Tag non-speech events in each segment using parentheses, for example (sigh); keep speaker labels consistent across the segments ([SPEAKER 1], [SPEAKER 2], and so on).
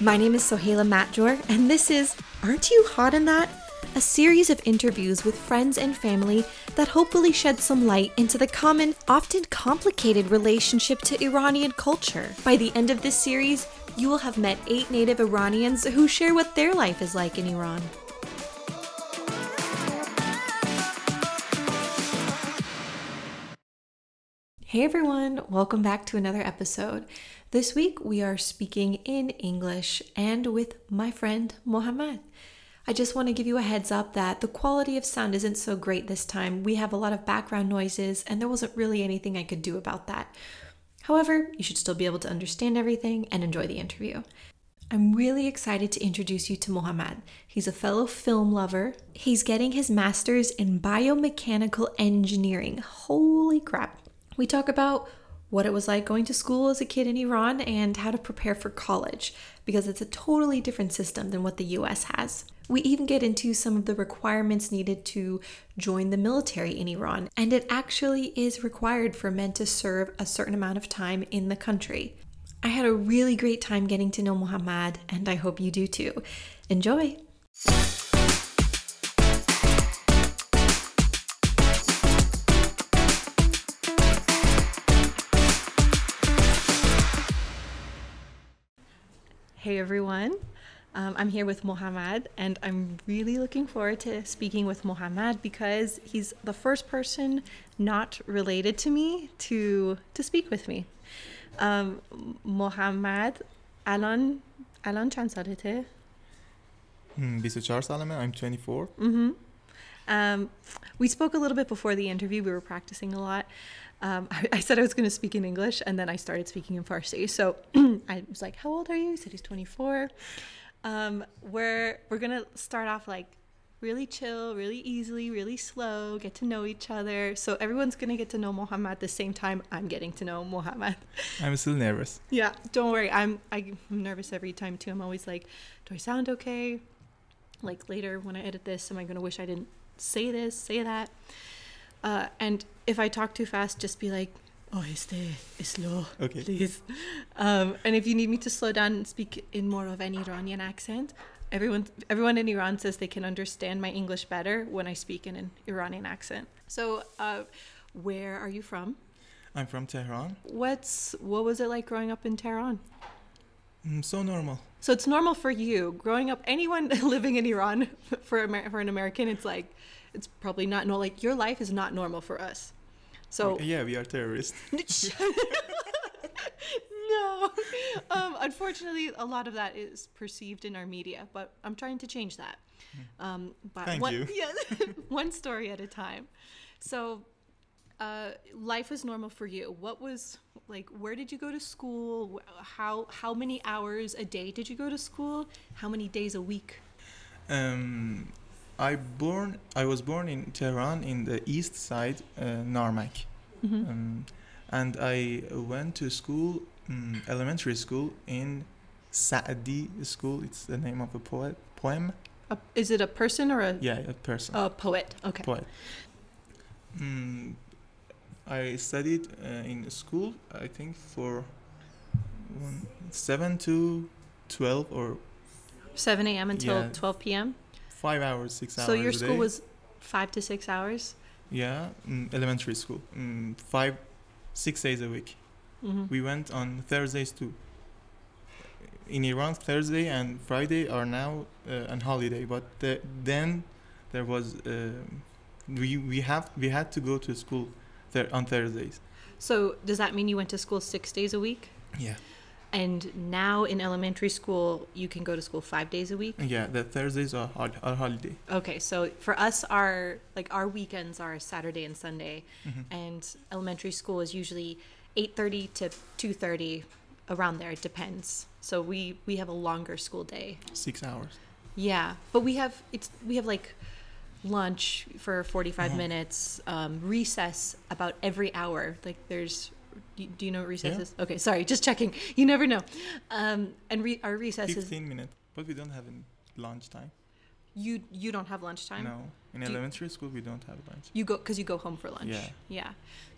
[SPEAKER 1] My name is Sohaila Matjor, and this is Aren't You Hot in That? A series of interviews with friends and family that hopefully shed some light into the common, often complicated relationship to Iranian culture. By the end of this series, you will have met eight native Iranians who share what their life is like in Iran. Hey everyone, welcome back to another episode. This week we are speaking in English and with my friend Mohammed. I just want to give you a heads up that the quality of sound isn't so great this time. We have a lot of background noises and there wasn't really anything I could do about that. However, you should still be able to understand everything and enjoy the interview. I'm really excited to introduce you to Mohammad. He's a fellow film lover. He's getting his master's in biomechanical engineering. Holy crap. We talk about what it was like going to school as a kid in Iran and how to prepare for college because it's a totally different system than what the US has. We even get into some of the requirements needed to join the military in Iran, and it actually is required for men to serve a certain amount of time in the country. I had a really great time getting to know Mohammad, and I hope you do too. Enjoy! Hey everyone, um, I'm here with Mohammad, and I'm really looking forward to speaking with Mohammad because he's the first person not related to me to to speak with me. Um, Mohammad, الان الان چند سالته؟
[SPEAKER 2] Hmm, 24 سالمه I'm 24
[SPEAKER 1] Um, we spoke a little bit before the interview. We were practicing a lot. Um, (laughs) I, I said I was going to speak in English, and then I started speaking in Farsi. So (clears throat) I was like, "How old are you?" He said he's 24. Um, we're we're gonna start off like really chill, really easily, really slow. Get to know each other. So everyone's gonna get to know Mohammed at the same time I'm getting to know Mohammed.
[SPEAKER 2] I'm still nervous
[SPEAKER 1] Yeah, don't worry. I'm I'm nervous every time too. I'm always like, do I sound okay? Like later when I edit this, am I gonna wish I didn't say this, say that? Uh, and if I talk too fast, just be like, oh, it's there, it's slow,
[SPEAKER 2] Okay.
[SPEAKER 1] please. Um, and if you need me to slow down and speak in more of an Iranian accent, everyone everyone in Iran says they can understand my English better when I speak in an Iranian accent. So, uh, where are you from?
[SPEAKER 2] I'm from Tehran
[SPEAKER 1] What's what was it like growing up in Tehran?
[SPEAKER 2] Hmm, So normal
[SPEAKER 1] So it's normal for you growing up. Anyone (laughs) living in Iran for Amer- for an American, it's like it's probably not normal. Like your life is not normal for us. So
[SPEAKER 2] Yeah we are terrorists
[SPEAKER 1] no, (laughs) um, unfortunately, a lot of that is perceived in our media. But I'm trying to change that. Um, but
[SPEAKER 2] Hmm. Thank
[SPEAKER 1] one,
[SPEAKER 2] you.
[SPEAKER 1] (laughs) yeah, one story at a time. So. Uh, life was normal for you. What was like? Where did you go to school? Wh- How how many hours a day did you go to school? How many days a week?
[SPEAKER 2] (laughs) um, I born I was born in Tehran in the east side uh, Narmak um, and I went to school um, elementary school in Saadi school it's the name of a poet poem
[SPEAKER 1] A, is it a person or a,
[SPEAKER 2] yeah a person
[SPEAKER 1] a poet? Okay.
[SPEAKER 2] poet. Mm, I studied uh, in school, I think, for one, 7 to 12 or
[SPEAKER 1] 7 a.m. until
[SPEAKER 2] Yeah.
[SPEAKER 1] 12 p.m.
[SPEAKER 2] 5 hours, 6 hours.
[SPEAKER 1] So your
[SPEAKER 2] a
[SPEAKER 1] school
[SPEAKER 2] day.
[SPEAKER 1] was five to six hours.
[SPEAKER 2] Yeah, mm, elementary school. Mm, 5, 6 days a week.
[SPEAKER 1] hmm
[SPEAKER 2] We went on Thursdays too. In Iran, Thursday and Friday are now uh, on holiday, but the, then there was. um we, we have we had to go to school th- on Thursdays.
[SPEAKER 1] So does that mean you went to school six days a week?
[SPEAKER 2] Yeah.
[SPEAKER 1] And now in elementary school, you can go to school five days a week.
[SPEAKER 2] Yeah, the Thursdays are hol- are holiday.
[SPEAKER 1] Okay, so for us, our like our weekends are Saturday and Sunday,
[SPEAKER 2] Mm-hmm.
[SPEAKER 1] and elementary school is usually 8:30 to 2:30, around there. It depends. So we we have a longer school day.
[SPEAKER 2] Six hours.
[SPEAKER 1] Yeah, but we have it's we have like lunch for 45
[SPEAKER 2] Uh-huh.
[SPEAKER 1] minutes, um, recess about every hour. Like there's do do you know what recess
[SPEAKER 2] Yeah.
[SPEAKER 1] is? Okay, sorry, just checking. You never know. Um, and re- our recess is
[SPEAKER 2] Fifteen minutes. But we don't have in lunch time.
[SPEAKER 1] you you don't have lunchtime.
[SPEAKER 2] No. In
[SPEAKER 1] Do you-
[SPEAKER 2] elementary school we don't have lunch.
[SPEAKER 1] You go because you go home for lunch.
[SPEAKER 2] Yeah.
[SPEAKER 1] Yeah.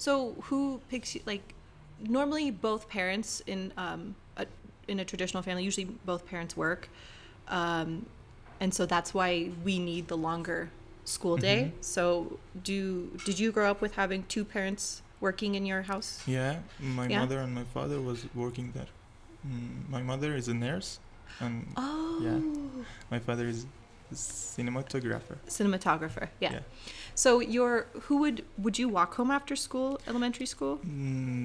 [SPEAKER 1] So who picks you? Like normally, both parents in um, a, in a traditional family, usually both parents work, um, and so that's why we need the longer school day. So do did you grow up with having two parents working in your house?
[SPEAKER 2] Yeah, my
[SPEAKER 1] Yeah.
[SPEAKER 2] mother and my father was working there. Mm, my mother is a nurse, and
[SPEAKER 3] Oh.
[SPEAKER 2] my father is a cinematographer.
[SPEAKER 1] Cinematographer, yeah.
[SPEAKER 2] Yeah.
[SPEAKER 1] So your who would would you walk home after school, elementary school?
[SPEAKER 2] Mm,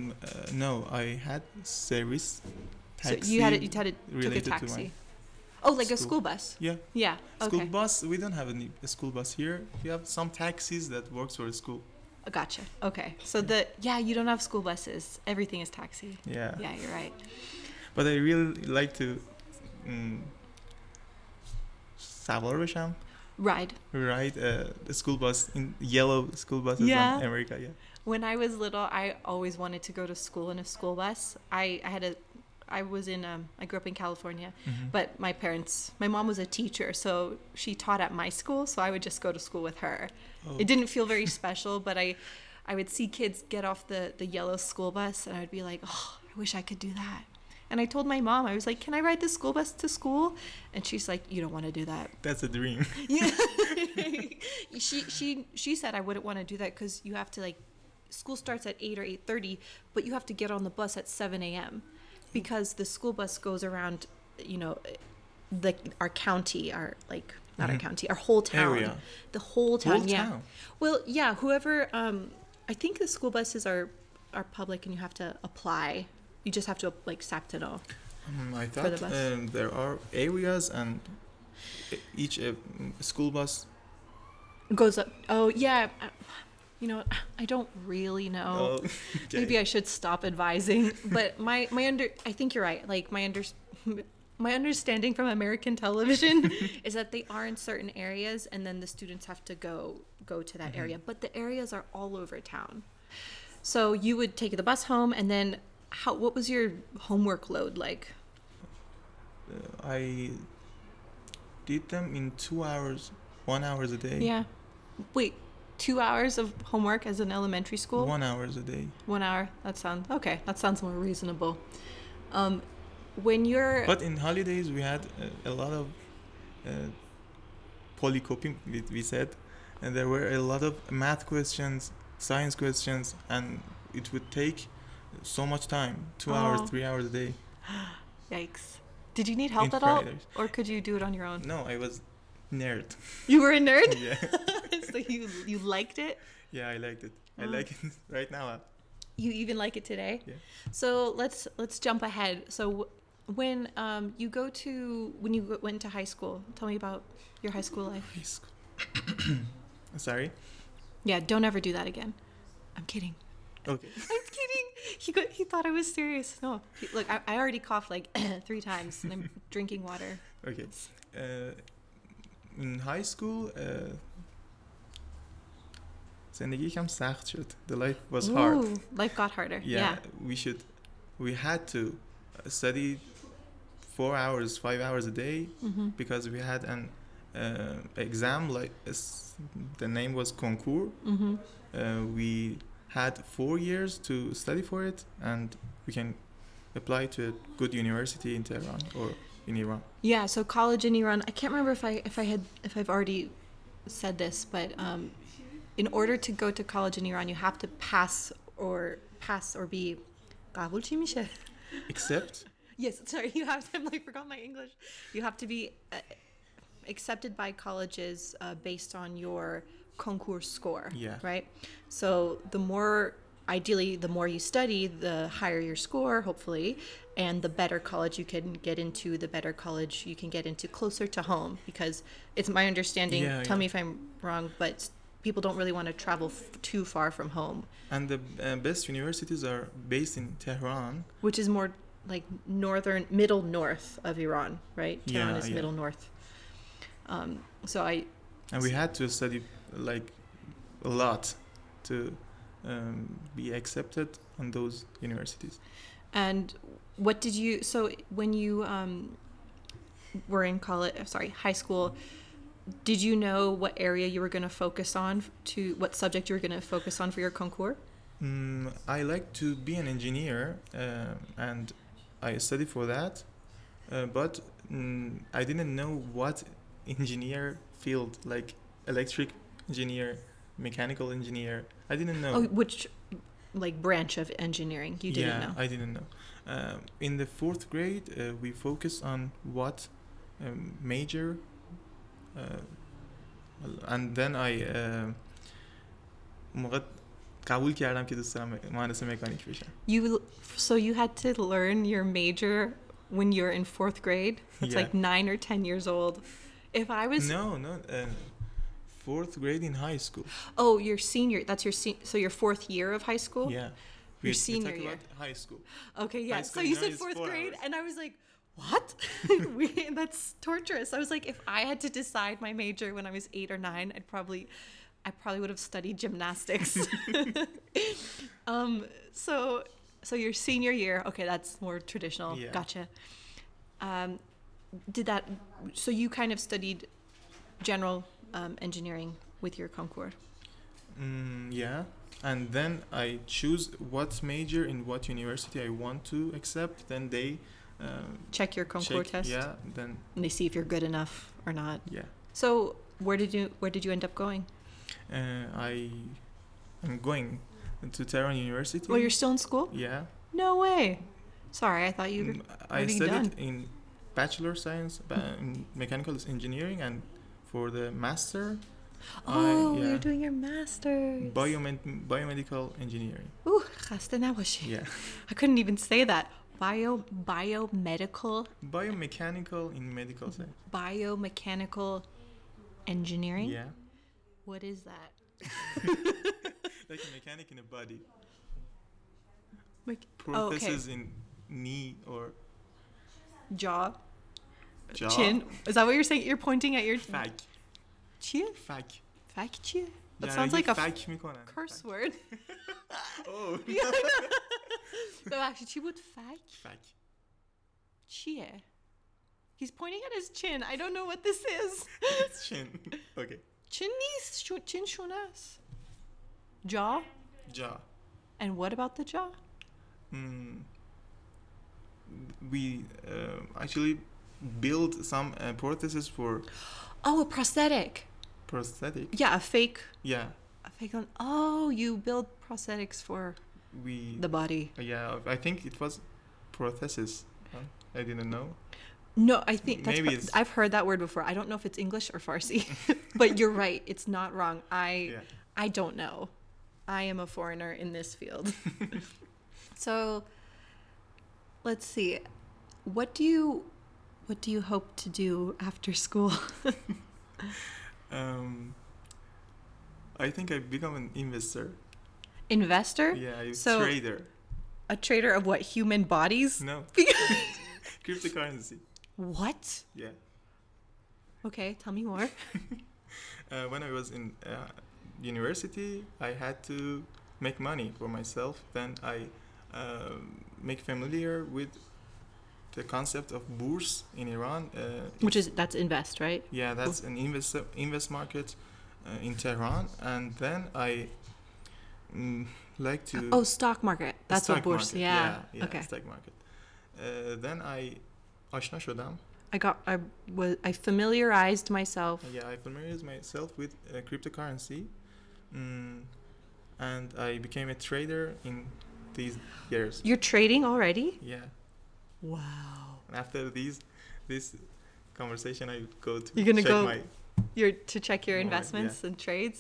[SPEAKER 2] uh, no, I had service taxi.
[SPEAKER 1] so you had it. You had it. Took a
[SPEAKER 2] related to
[SPEAKER 1] taxi.
[SPEAKER 2] my
[SPEAKER 1] Oh, like a
[SPEAKER 2] school.
[SPEAKER 1] school bus.
[SPEAKER 2] Yeah.
[SPEAKER 1] Yeah. Okay.
[SPEAKER 2] School bus. We don't have any a school bus here. We have some taxis that works for the school.
[SPEAKER 1] Gotcha. Okay. So the yeah, you don't have school buses. Everything is taxi.
[SPEAKER 2] Yeah.
[SPEAKER 1] Yeah, you're right.
[SPEAKER 2] But I really like to mm, سوار بشم
[SPEAKER 1] Ride.
[SPEAKER 2] ride uh, the school bus in yellow school buses
[SPEAKER 1] Yeah.
[SPEAKER 2] in America. Yeah.
[SPEAKER 1] When I was little, I always wanted to go to school in a school bus. I I had a I was in um I grew up in California,
[SPEAKER 2] Mhm.
[SPEAKER 1] but my parents, my mom was a teacher, so she taught at my school, so I would just go to school with her.
[SPEAKER 2] Oh.
[SPEAKER 1] It didn't feel very special, but I I would see kids get off the the yellow school bus and I would be like, "Oh, I wish I could do that." And I told my mom, I was like, "Can I ride the school bus to school?" And she's like, "You don't want to do that." (laughs)
[SPEAKER 2] That's a dream.
[SPEAKER 1] Yeah. she she she said I wouldn't want to do that because you have to like school starts at eight or eight thirty, but you have to get on the bus at seven a.m. because the school bus goes around, you know, like our county, our like not our
[SPEAKER 2] Mhm.
[SPEAKER 1] county, our whole town,
[SPEAKER 2] Area.
[SPEAKER 1] the whole town,
[SPEAKER 2] Whole
[SPEAKER 1] yeah.
[SPEAKER 2] town.
[SPEAKER 1] Well, yeah, whoever um I think the school buses are are public and you have to apply. You just have to like Saptano.
[SPEAKER 2] Um, I
[SPEAKER 1] For the
[SPEAKER 2] thought
[SPEAKER 1] bus.
[SPEAKER 2] um, there are areas and e- each uh, mm, school bus.
[SPEAKER 1] Goes up. Oh, yeah. I- You know, I don't really know.
[SPEAKER 2] (laughs) Oh, okay.
[SPEAKER 1] (laughs) maybe I should stop advising. But my my under I think you're right. Like my under my understanding from American
[SPEAKER 2] (laughs)
[SPEAKER 1] television is that they are in certain areas, and then the students have to go go to
[SPEAKER 2] Mm-hmm.
[SPEAKER 1] that area. But the areas are all over town. So you would take the bus home, and then how? What was your homework load like?
[SPEAKER 2] Uh, I did them in two hours, one hours a day.
[SPEAKER 1] Yeah. Wait, two hours of homework as an elementary school.
[SPEAKER 2] One hours a day.
[SPEAKER 1] One hour. That sounds okay. That sounds more reasonable. Um, when you're
[SPEAKER 2] But in holidays we had uh, a lot of uh, polycopying. We, we said, and there were a lot of math questions, science questions, and it would take so much time two
[SPEAKER 1] Oh.
[SPEAKER 2] hours three hours a day
[SPEAKER 1] Yikes. Did you need help
[SPEAKER 2] in
[SPEAKER 1] at all?
[SPEAKER 2] Fridays.
[SPEAKER 1] Or could you do it on your own?
[SPEAKER 2] no i was nerd
[SPEAKER 1] (laughs)
[SPEAKER 2] (laughs)
[SPEAKER 1] You were a (laughs) nerd?
[SPEAKER 2] yeah
[SPEAKER 1] so you you liked it?
[SPEAKER 2] Yeah, I liked it. I
[SPEAKER 1] Oh.
[SPEAKER 2] like it (laughs) right now.
[SPEAKER 1] You even like it today?
[SPEAKER 2] Yeah.
[SPEAKER 1] So let's let's jump ahead. So wh- when um, you go to when you w- went to high school, tell me about your high school life.
[SPEAKER 2] High school. (coughs) Sorry.
[SPEAKER 1] Yeah, don't ever do that again. I'm kidding. (laughs)
[SPEAKER 2] Okay.
[SPEAKER 1] I'm kidding. He got, he thought I was serious. No, He- look, I, I already coughed like (clears throat) three times, and I'm drinking water.
[SPEAKER 2] Okay. Uh, in high school, uh, زندگی یکم سخت شد. The life was hard.
[SPEAKER 1] Ooh, life got harder.
[SPEAKER 2] Yeah, We should. We had to study four hours, five hours a day
[SPEAKER 1] Mm-hmm.
[SPEAKER 2] because we had an uh, exam. Like s- the name was concours.
[SPEAKER 1] Mm-hmm.
[SPEAKER 2] uh, we had four years to study for it and we can apply to a good university in Tehran or in Iran.
[SPEAKER 1] Yeah, so college in Iran. I can't remember if I if I had if I've already said this, but um, in order to go to college in Iran, you have to pass or pass or be. قبول چی میشه؟
[SPEAKER 2] Except,
[SPEAKER 1] Yes, (laughs) sorry, you have to. I like, forgot my English. You have to be uh, accepted by colleges uh, based on your concours score.
[SPEAKER 2] Yeah.
[SPEAKER 1] Right. So the more, ideally, the more you study, the higher your score, hopefully, and the better college you can get into, the better college you can get into closer to home. Because it's my understanding.
[SPEAKER 2] Yeah,
[SPEAKER 1] tell
[SPEAKER 2] yeah.
[SPEAKER 1] me if I'm wrong, but s- people don't really want to travel f- too far from home,
[SPEAKER 2] and the uh, best universities are based in Tehran.
[SPEAKER 1] which is more like northern middle north of Iran, right? Tehran
[SPEAKER 2] Yeah,
[SPEAKER 1] is
[SPEAKER 2] yeah.
[SPEAKER 1] middle north. Um, so I
[SPEAKER 2] And we had to study like a lot to um, be accepted on those universities.
[SPEAKER 1] and what did you so when you um, were in college, uh, sorry, high school, did you know what area you were going to focus on to what subject you were going to focus on for your concours?
[SPEAKER 2] Mm, I like to be an engineer um, and I uh, study for that. uh, but mm, I didn't know what engineer field like electric engineer, mechanical engineer. I didn't know.
[SPEAKER 1] Oh, which like branch of engineering you didn't
[SPEAKER 2] yeah,
[SPEAKER 1] know?
[SPEAKER 2] I didn't know. Um, in the fourth grade, uh, we focus on what um, major, uh, and then I uh, موقع قبول کردم که دوست دارم مهندس مکانیک
[SPEAKER 1] (laughs)
[SPEAKER 2] بشم.
[SPEAKER 1] You l- so you had to learn your major when you're in fourth grade. It's
[SPEAKER 2] Yeah.
[SPEAKER 1] like nine or ten years old. If I was
[SPEAKER 2] No, no. Uh, fourth grade in high school.
[SPEAKER 1] oh your senior, that's your se- so your fourth year of high school.
[SPEAKER 2] Yeah.
[SPEAKER 1] Oh, Your senior
[SPEAKER 2] talked
[SPEAKER 1] year.
[SPEAKER 2] about high school.
[SPEAKER 1] Okay, yeah. So
[SPEAKER 2] school
[SPEAKER 1] you
[SPEAKER 2] now
[SPEAKER 1] said
[SPEAKER 2] is
[SPEAKER 1] fourth
[SPEAKER 2] four
[SPEAKER 1] grade,
[SPEAKER 2] hours.
[SPEAKER 1] and I was like, what? (laughs) we, that's torturous. I was like, if I had to decide my major when I was eight or nine, I'd probably, I probably would have studied gymnastics. (laughs) um, so, so your senior year, okay, that's more traditional.
[SPEAKER 2] Yeah.
[SPEAKER 1] Gotcha. Um, did that? So you kind of studied general um, engineering with your Concord.
[SPEAKER 2] Mm, yeah. And then I choose what major in what university I want to accept. Then they um,
[SPEAKER 1] Check your Concord
[SPEAKER 2] check-
[SPEAKER 1] test,
[SPEAKER 2] Yeah. Then
[SPEAKER 1] and they see if you're good enough or not.
[SPEAKER 2] yeah.
[SPEAKER 1] So where did you where did you end up going?
[SPEAKER 2] Uh, I am going to Tehran University.
[SPEAKER 1] Well, you're still in school?
[SPEAKER 2] yeah.
[SPEAKER 1] No way. Sorry, I thought you.
[SPEAKER 2] Mm, I
[SPEAKER 1] have you
[SPEAKER 2] studied in bachelor science ba-
[SPEAKER 1] Hmm.
[SPEAKER 2] in mechanical engineering and for the master
[SPEAKER 1] oh,
[SPEAKER 2] Mm, I, yeah,
[SPEAKER 1] you're doing your master's.
[SPEAKER 2] biomed- biomedical engineering.
[SPEAKER 1] Ooh, خسته نباشی.
[SPEAKER 2] Yeah.
[SPEAKER 1] I couldn't even say that. Bio biomedical
[SPEAKER 2] Biomechanical in medical science.
[SPEAKER 1] biomechanical engineering.
[SPEAKER 2] Yeah.
[SPEAKER 1] What is that?
[SPEAKER 2] Like a mechanic in a body.
[SPEAKER 1] Mech- Oh, okay.
[SPEAKER 2] Prosthesis in knee or
[SPEAKER 1] Jaw,
[SPEAKER 2] jaw.
[SPEAKER 1] chin. Is that what you're saying? You're pointing at your
[SPEAKER 2] Fag.
[SPEAKER 1] Chia?
[SPEAKER 2] Fag.
[SPEAKER 1] Fak chia? That
[SPEAKER 2] جراحی
[SPEAKER 1] sounds like a
[SPEAKER 2] فک میکنن.
[SPEAKER 1] curse
[SPEAKER 2] فک. (laughs)
[SPEAKER 1] word.
[SPEAKER 2] eh?
[SPEAKER 1] (laughs)
[SPEAKER 2] Oh.
[SPEAKER 1] no, actually, she would fak
[SPEAKER 2] Fag.
[SPEAKER 1] chia. He's pointing at his chin. I don't know what this is. (laughs)
[SPEAKER 2] It's chin. (laughs) Okay.
[SPEAKER 1] Chinese shu- chin shunas. Jaw?
[SPEAKER 2] Jaw.
[SPEAKER 1] And what about the jaw?
[SPEAKER 2] Mm. We uh, actually build some uh, prosthesis for
[SPEAKER 1] Oh, a prosthetic.
[SPEAKER 2] prosthetic.
[SPEAKER 1] Yeah, a fake
[SPEAKER 2] Yeah.
[SPEAKER 1] a fake one. Oh, you build prosthetics for
[SPEAKER 2] We.
[SPEAKER 1] the body.
[SPEAKER 2] yeah. I think it was prosthesis. huh? I didn't know.
[SPEAKER 1] No, I think that's
[SPEAKER 2] Maybe
[SPEAKER 1] pro-
[SPEAKER 2] it's-
[SPEAKER 1] I've heard that word before. I don't know if it's English or Farsi. (laughs) but you're right. It's not wrong. I
[SPEAKER 2] Yeah.
[SPEAKER 1] I don't know. I am a foreigner in this
[SPEAKER 2] (laughs)
[SPEAKER 1] field. so let's see. What do you what do you hope to do after school? (laughs)
[SPEAKER 2] Um. I think I become an investor.
[SPEAKER 1] Investor?
[SPEAKER 2] Yeah, a
[SPEAKER 1] So-
[SPEAKER 2] trader.
[SPEAKER 1] A trader of what? Human bodies? (laughs)
[SPEAKER 2] No. (laughs) Cryptocurrency. Mm.
[SPEAKER 1] What?
[SPEAKER 2] Yeah.
[SPEAKER 1] Okay, tell me more.
[SPEAKER 2] Uh, when I was in uh, university, I had to make money for myself. Then I um make familiar with the concept of bourse in Iran. Uh,
[SPEAKER 1] Which is that's invest, right?
[SPEAKER 2] yeah, that's an invest invest market uh, in Tehran. And then I mm, like to
[SPEAKER 1] Oh, stock market.
[SPEAKER 2] the
[SPEAKER 1] That's what
[SPEAKER 2] stock
[SPEAKER 1] bourse.
[SPEAKER 2] market.
[SPEAKER 1] Yeah.
[SPEAKER 2] yeah, yeah,
[SPEAKER 1] Okay.
[SPEAKER 2] stock market. Uh, then I آشنا شدم
[SPEAKER 1] I got I was I familiarized myself.
[SPEAKER 2] Yeah, I familiarized myself with uh, cryptocurrency, mm, and I became a trader in these years.
[SPEAKER 1] You're trading already?
[SPEAKER 2] Yeah,
[SPEAKER 1] Wow.
[SPEAKER 2] and after these, this conversation, I go to
[SPEAKER 1] You're gonna
[SPEAKER 2] check
[SPEAKER 1] go-
[SPEAKER 2] my
[SPEAKER 1] You're to check your
[SPEAKER 2] More, yeah.
[SPEAKER 1] investments and trades.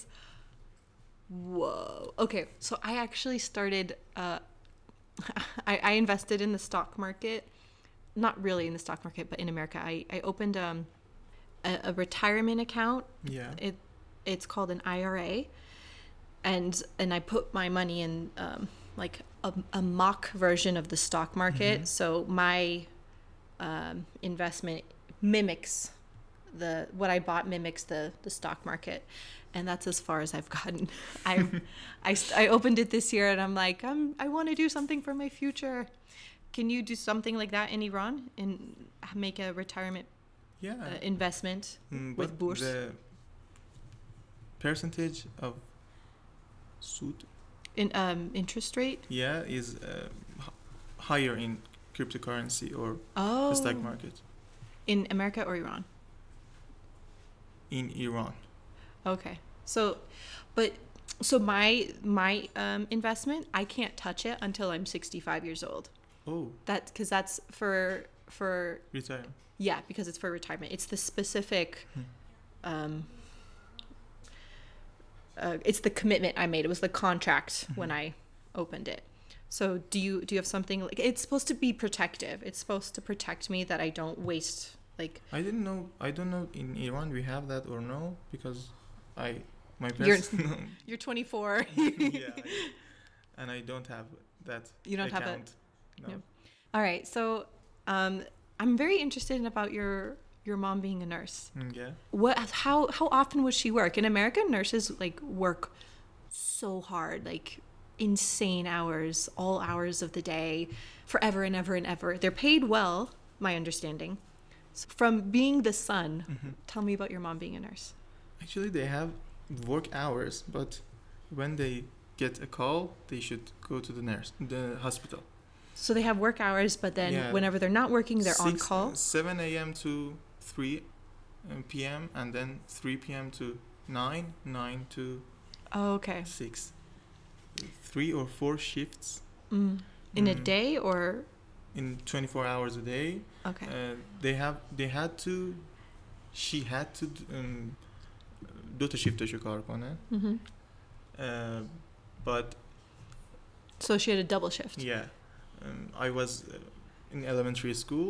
[SPEAKER 1] Whoa. Okay, so I actually started. Uh, (laughs) I, I invested in the stock market, not really in the stock market, but in America. I I opened um, a, a retirement account.
[SPEAKER 2] yeah
[SPEAKER 1] It it's called an IRA, and and I put my money in um, like a, a mock version of the stock market.
[SPEAKER 2] Mhm.
[SPEAKER 1] So my um, investment mimics the what I bought mimics the the stock market, and that's as far as I've gotten. (laughs) I I, st- I opened it this year, and I'm like I'm I want to do something for my future. Can you do something like that in Iran and make a retirement
[SPEAKER 2] yeah.
[SPEAKER 1] uh, investment?
[SPEAKER 2] Mm,
[SPEAKER 1] with
[SPEAKER 2] but
[SPEAKER 1] bourse.
[SPEAKER 2] the percentage of suit
[SPEAKER 1] in um, interest rate.
[SPEAKER 2] yeah is uh, h- higher in cryptocurrency or
[SPEAKER 1] Oh.
[SPEAKER 2] the stock market
[SPEAKER 1] In America or Iran?
[SPEAKER 2] in Iran.
[SPEAKER 1] Okay. So, but so my my um, investment, I can't touch it until I'm 65 years old.
[SPEAKER 2] Oh,
[SPEAKER 1] That's because that's for for
[SPEAKER 2] retire.
[SPEAKER 1] yeah because it's for retirement. It's the specific.
[SPEAKER 2] Hmm.
[SPEAKER 1] Um, uh, it's the commitment I made. It was the contract when I opened it. So do you do you have something like it's supposed to be protective? It's supposed to protect me that I don't waste like
[SPEAKER 2] I didn't know. I don't know in Iran we have that or no because I my
[SPEAKER 1] You're- (laughs)
[SPEAKER 2] parents.
[SPEAKER 1] you're 24.
[SPEAKER 2] yeah, I- and I don't have that.
[SPEAKER 1] (laughs) You don't have it.
[SPEAKER 2] account. No.
[SPEAKER 1] Yep. All right. So um, I'm very interested in about your your mom being a nurse.
[SPEAKER 2] Mm, Yeah.
[SPEAKER 1] What how how often would she work? In America, nurses like work so hard, like insane hours, all hours of the day, forever and ever and ever. They're paid well, my understanding. So from being the son, tell me about your mom being a nurse.
[SPEAKER 2] Mm-hmm. Actually, they have work hours, but when they get a call, they should go to the nurse, the hospital.
[SPEAKER 1] So they have work hours, but then
[SPEAKER 2] Yeah.
[SPEAKER 1] whenever they're not working, they're on
[SPEAKER 2] Six- uh,
[SPEAKER 1] call.
[SPEAKER 2] Seven a.m. to three um, p.m. and then three p.m. to nine, nine to
[SPEAKER 1] Oh, okay.
[SPEAKER 2] six. Three or four shifts
[SPEAKER 1] Mm. In a
[SPEAKER 2] Mm.
[SPEAKER 1] day or
[SPEAKER 2] in 24 hours a day.
[SPEAKER 1] okay.
[SPEAKER 2] Uh, they have they had to she had to um, دو تا شیفتشو کار کنه
[SPEAKER 1] hmm
[SPEAKER 2] Uh, but
[SPEAKER 1] So she had a double shift.
[SPEAKER 2] yeah um, I was uh, in elementary school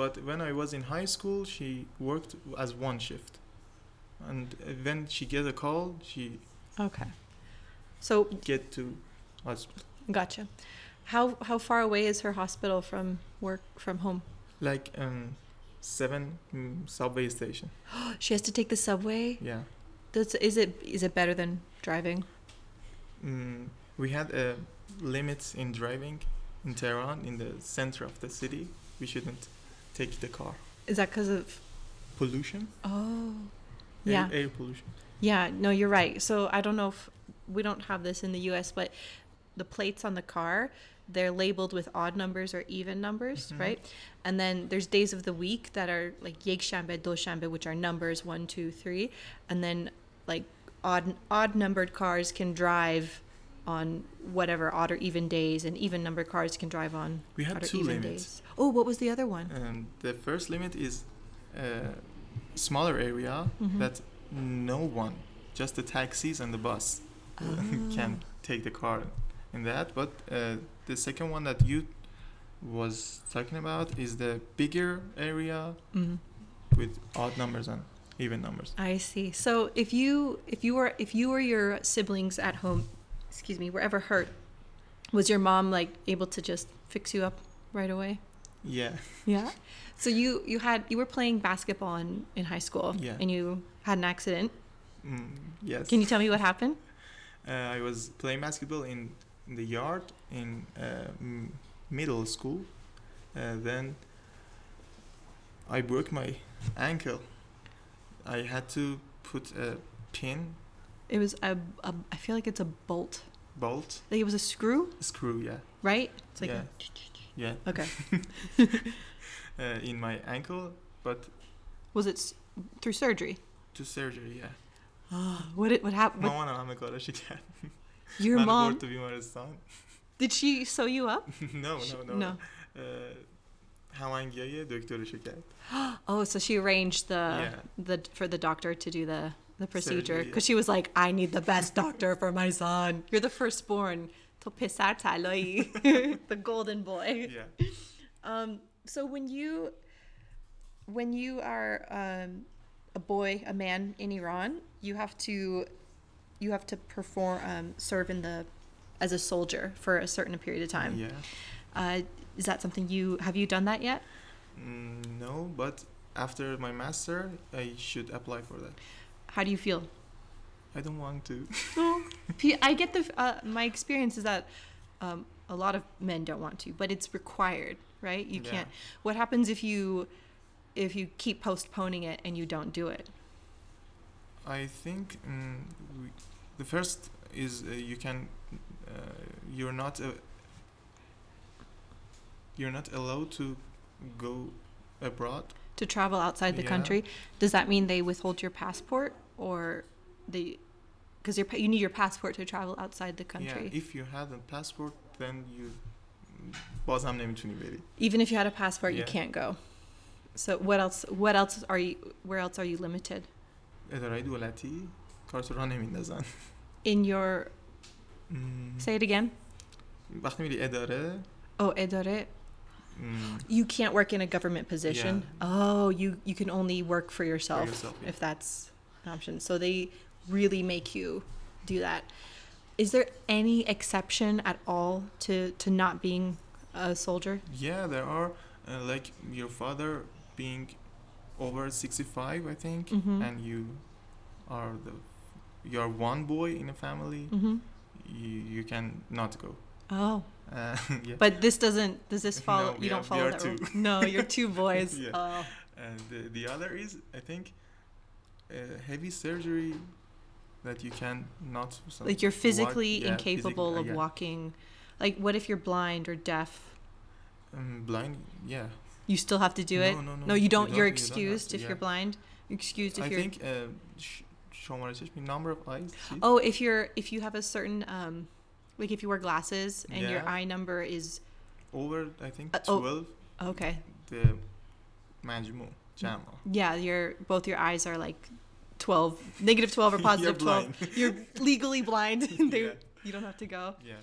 [SPEAKER 2] but when I was in high school she worked as one shift and uh, when she get a call she
[SPEAKER 1] Okay. So
[SPEAKER 2] get to hospital
[SPEAKER 1] gotcha. How how far away is her hospital from work from home?
[SPEAKER 2] like um, seven mm, subway station
[SPEAKER 1] She has to take the subway.
[SPEAKER 2] yeah
[SPEAKER 1] Does is it is it better than driving?
[SPEAKER 2] Mm, we had uh, limits in driving in Tehran, in the center of the city. We shouldn't take the car.
[SPEAKER 1] Is that because of
[SPEAKER 2] Pollution?
[SPEAKER 1] oh
[SPEAKER 2] Air-
[SPEAKER 1] yeah
[SPEAKER 2] Air, pollution.
[SPEAKER 1] yeah no you're right. So I don't know if we don't have this in the U.S. but the plates on the car they're labeled with odd numbers or even numbers
[SPEAKER 2] Mhm.
[SPEAKER 1] right and then there's days of the week that are like yekshanbe doshanbe which are numbers one two three and then like odd odd numbered cars can drive on whatever odd or even days and even numbered cars can drive on
[SPEAKER 2] We had
[SPEAKER 1] odd or
[SPEAKER 2] two
[SPEAKER 1] even
[SPEAKER 2] limits.
[SPEAKER 1] days oh what was the other one
[SPEAKER 2] Um, the first limit is uh, smaller area
[SPEAKER 1] Mhm.
[SPEAKER 2] that no one, just the taxis and the bus, (laughs)
[SPEAKER 1] Ah.
[SPEAKER 2] can take the car in that. But uh, the second one that you was talking about is the bigger area
[SPEAKER 1] mm-hmm.
[SPEAKER 2] with odd numbers and even numbers.
[SPEAKER 1] I see. So if you if you were if you or your siblings at home, excuse me, were ever hurt, was your mom like able to just fix you up right away?
[SPEAKER 2] Yeah.
[SPEAKER 1] Yeah. So you you had you were playing basketball in, in high school
[SPEAKER 2] Yeah.
[SPEAKER 1] and you had an accident.
[SPEAKER 2] Mm, yes.
[SPEAKER 1] Can you tell me what happened?
[SPEAKER 2] Uh, I was playing basketball in, in the yard in uh, m- middle school. Uh, then I broke my ankle. I had to put a pin,
[SPEAKER 1] It was a, a I feel like it's a bolt.
[SPEAKER 2] bolt,
[SPEAKER 1] Like it was a screw,
[SPEAKER 2] screw, yeah,
[SPEAKER 1] right? It's like a-
[SPEAKER 2] Yeah. yeah,
[SPEAKER 1] okay.
[SPEAKER 2] (laughs) uh, in my ankle, but
[SPEAKER 1] Was it s- through
[SPEAKER 2] (gasps)
[SPEAKER 1] surgery?
[SPEAKER 2] to surgery, yeah.
[SPEAKER 1] What it what happened?
[SPEAKER 2] مامانم همه (laughs) کاراشو کرد.
[SPEAKER 1] your
[SPEAKER 2] منو
[SPEAKER 1] mom
[SPEAKER 2] برد تو بیمارستان.
[SPEAKER 1] did she sew you up?
[SPEAKER 2] (laughs) No, no, no.
[SPEAKER 1] No.
[SPEAKER 2] Uh, هماهنگیای دکترشو کرد.
[SPEAKER 1] Oh, so she arranged the
[SPEAKER 2] Yeah.
[SPEAKER 1] the for the doctor to do the the procedure
[SPEAKER 2] Surgery,
[SPEAKER 1] because she was like, "I need the best doctor for my son. You're the firstborn, to pisar taloi, (laughs) the golden boy."
[SPEAKER 2] Yeah.
[SPEAKER 1] Um, so when you when you are um, a boy, a man in Iran, you have to you have to perform um, serve in the as a soldier for a certain period of time.
[SPEAKER 2] Yeah.
[SPEAKER 1] Uh, is that something you have you done that yet?
[SPEAKER 2] Mm, no, but after my master, I should apply for that.
[SPEAKER 1] How do you feel?
[SPEAKER 2] I don't want to.
[SPEAKER 1] No, P- I get the. f- Uh, my experience is that um, a lot of men don't want to, but it's required, right? You
[SPEAKER 2] Yeah.
[SPEAKER 1] can't. What happens if you if you keep postponing it and you don't do it?
[SPEAKER 2] I think mm, we, the first is uh, you can, uh, you're not a uh, you're not allowed to go abroad.
[SPEAKER 1] to travel outside the
[SPEAKER 2] Yeah.
[SPEAKER 1] country. Does that mean they withhold your passport or they because your pa- you need your passport to travel outside the country.
[SPEAKER 2] Yeah, if you have a passport, then you بازم نمیتونی بری.
[SPEAKER 1] Even if you had a passport, you
[SPEAKER 2] Yeah.
[SPEAKER 1] can't go. So what else what else are you where else are you limited?
[SPEAKER 2] اداره دولتی کارت را نمیندازن.
[SPEAKER 1] In your
[SPEAKER 2] مم،
[SPEAKER 1] say it again.
[SPEAKER 2] Mm. وقتی میری اداره mm.
[SPEAKER 1] Oh, edare.
[SPEAKER 2] مم،
[SPEAKER 1] You can't work in a government position. Oh, you you can only work for yourself,
[SPEAKER 2] yourself, yeah.
[SPEAKER 1] if that's an option. So they really make you do that. Is there any exception at all to to not being a soldier?
[SPEAKER 2] yeah there are uh, like your father being over 65 I think
[SPEAKER 1] Mhm.
[SPEAKER 2] and you are the you are one boy in a family
[SPEAKER 1] Mm-hmm.
[SPEAKER 2] you, you can not go (laughs)
[SPEAKER 1] Oh,
[SPEAKER 2] uh, yeah
[SPEAKER 1] but this doesn't. Does this
[SPEAKER 2] No,
[SPEAKER 1] follow?
[SPEAKER 2] we
[SPEAKER 1] you
[SPEAKER 2] are-
[SPEAKER 1] don't
[SPEAKER 2] we
[SPEAKER 1] follow
[SPEAKER 2] are
[SPEAKER 1] that
[SPEAKER 2] two.
[SPEAKER 1] rule. No, you're
[SPEAKER 2] (laughs)
[SPEAKER 1] two boys.
[SPEAKER 2] Yeah.
[SPEAKER 1] Oh.
[SPEAKER 2] and Uh, the, the other is I think uh, heavy surgery that you can not some-
[SPEAKER 1] like you're
[SPEAKER 2] walk-
[SPEAKER 1] physically
[SPEAKER 2] yeah, physically,
[SPEAKER 1] incapable
[SPEAKER 2] uh,
[SPEAKER 1] of
[SPEAKER 2] yeah.
[SPEAKER 1] walking. Like, what if you're blind or deaf?
[SPEAKER 2] um, blind yeah
[SPEAKER 1] You still have to do it.
[SPEAKER 2] No, no, no,
[SPEAKER 1] you
[SPEAKER 2] you
[SPEAKER 1] don't.
[SPEAKER 2] don't-
[SPEAKER 1] you're
[SPEAKER 2] you don't have
[SPEAKER 1] excused
[SPEAKER 2] to,
[SPEAKER 1] if
[SPEAKER 2] yeah.
[SPEAKER 1] you're blind. You're excused if
[SPEAKER 2] I
[SPEAKER 1] you're.
[SPEAKER 2] think uh, sh- شماره چشم number of eyes teeth.
[SPEAKER 1] Oh, if you're if you have a certain um, like if you wear glasses and your
[SPEAKER 2] Yeah.
[SPEAKER 1] eye number is
[SPEAKER 2] over I think
[SPEAKER 1] Uh, oh.
[SPEAKER 2] 12
[SPEAKER 1] okay.
[SPEAKER 2] the مجموع جمع
[SPEAKER 1] Yeah, your both your eyes are like twelve, negative twelve
[SPEAKER 2] (laughs)
[SPEAKER 1] or
[SPEAKER 2] You're
[SPEAKER 1] positive twelve.
[SPEAKER 2] blind.
[SPEAKER 1] (laughs) You're legally
[SPEAKER 2] (laughs)
[SPEAKER 1] blind. (laughs) they,
[SPEAKER 2] Yeah.
[SPEAKER 1] You don't have to go.
[SPEAKER 2] yeah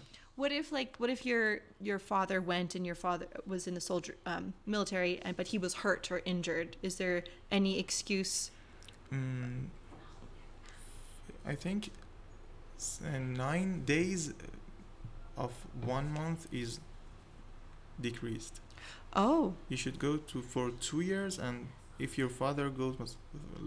[SPEAKER 1] What if like what if your your father went and your father was in the soldier um, military and but he was hurt or injured? Is there any excuse?
[SPEAKER 2] mm, I think s- uh, nine days of one month is decreased
[SPEAKER 1] Oh,
[SPEAKER 2] you should go to for two years and if your father goes was-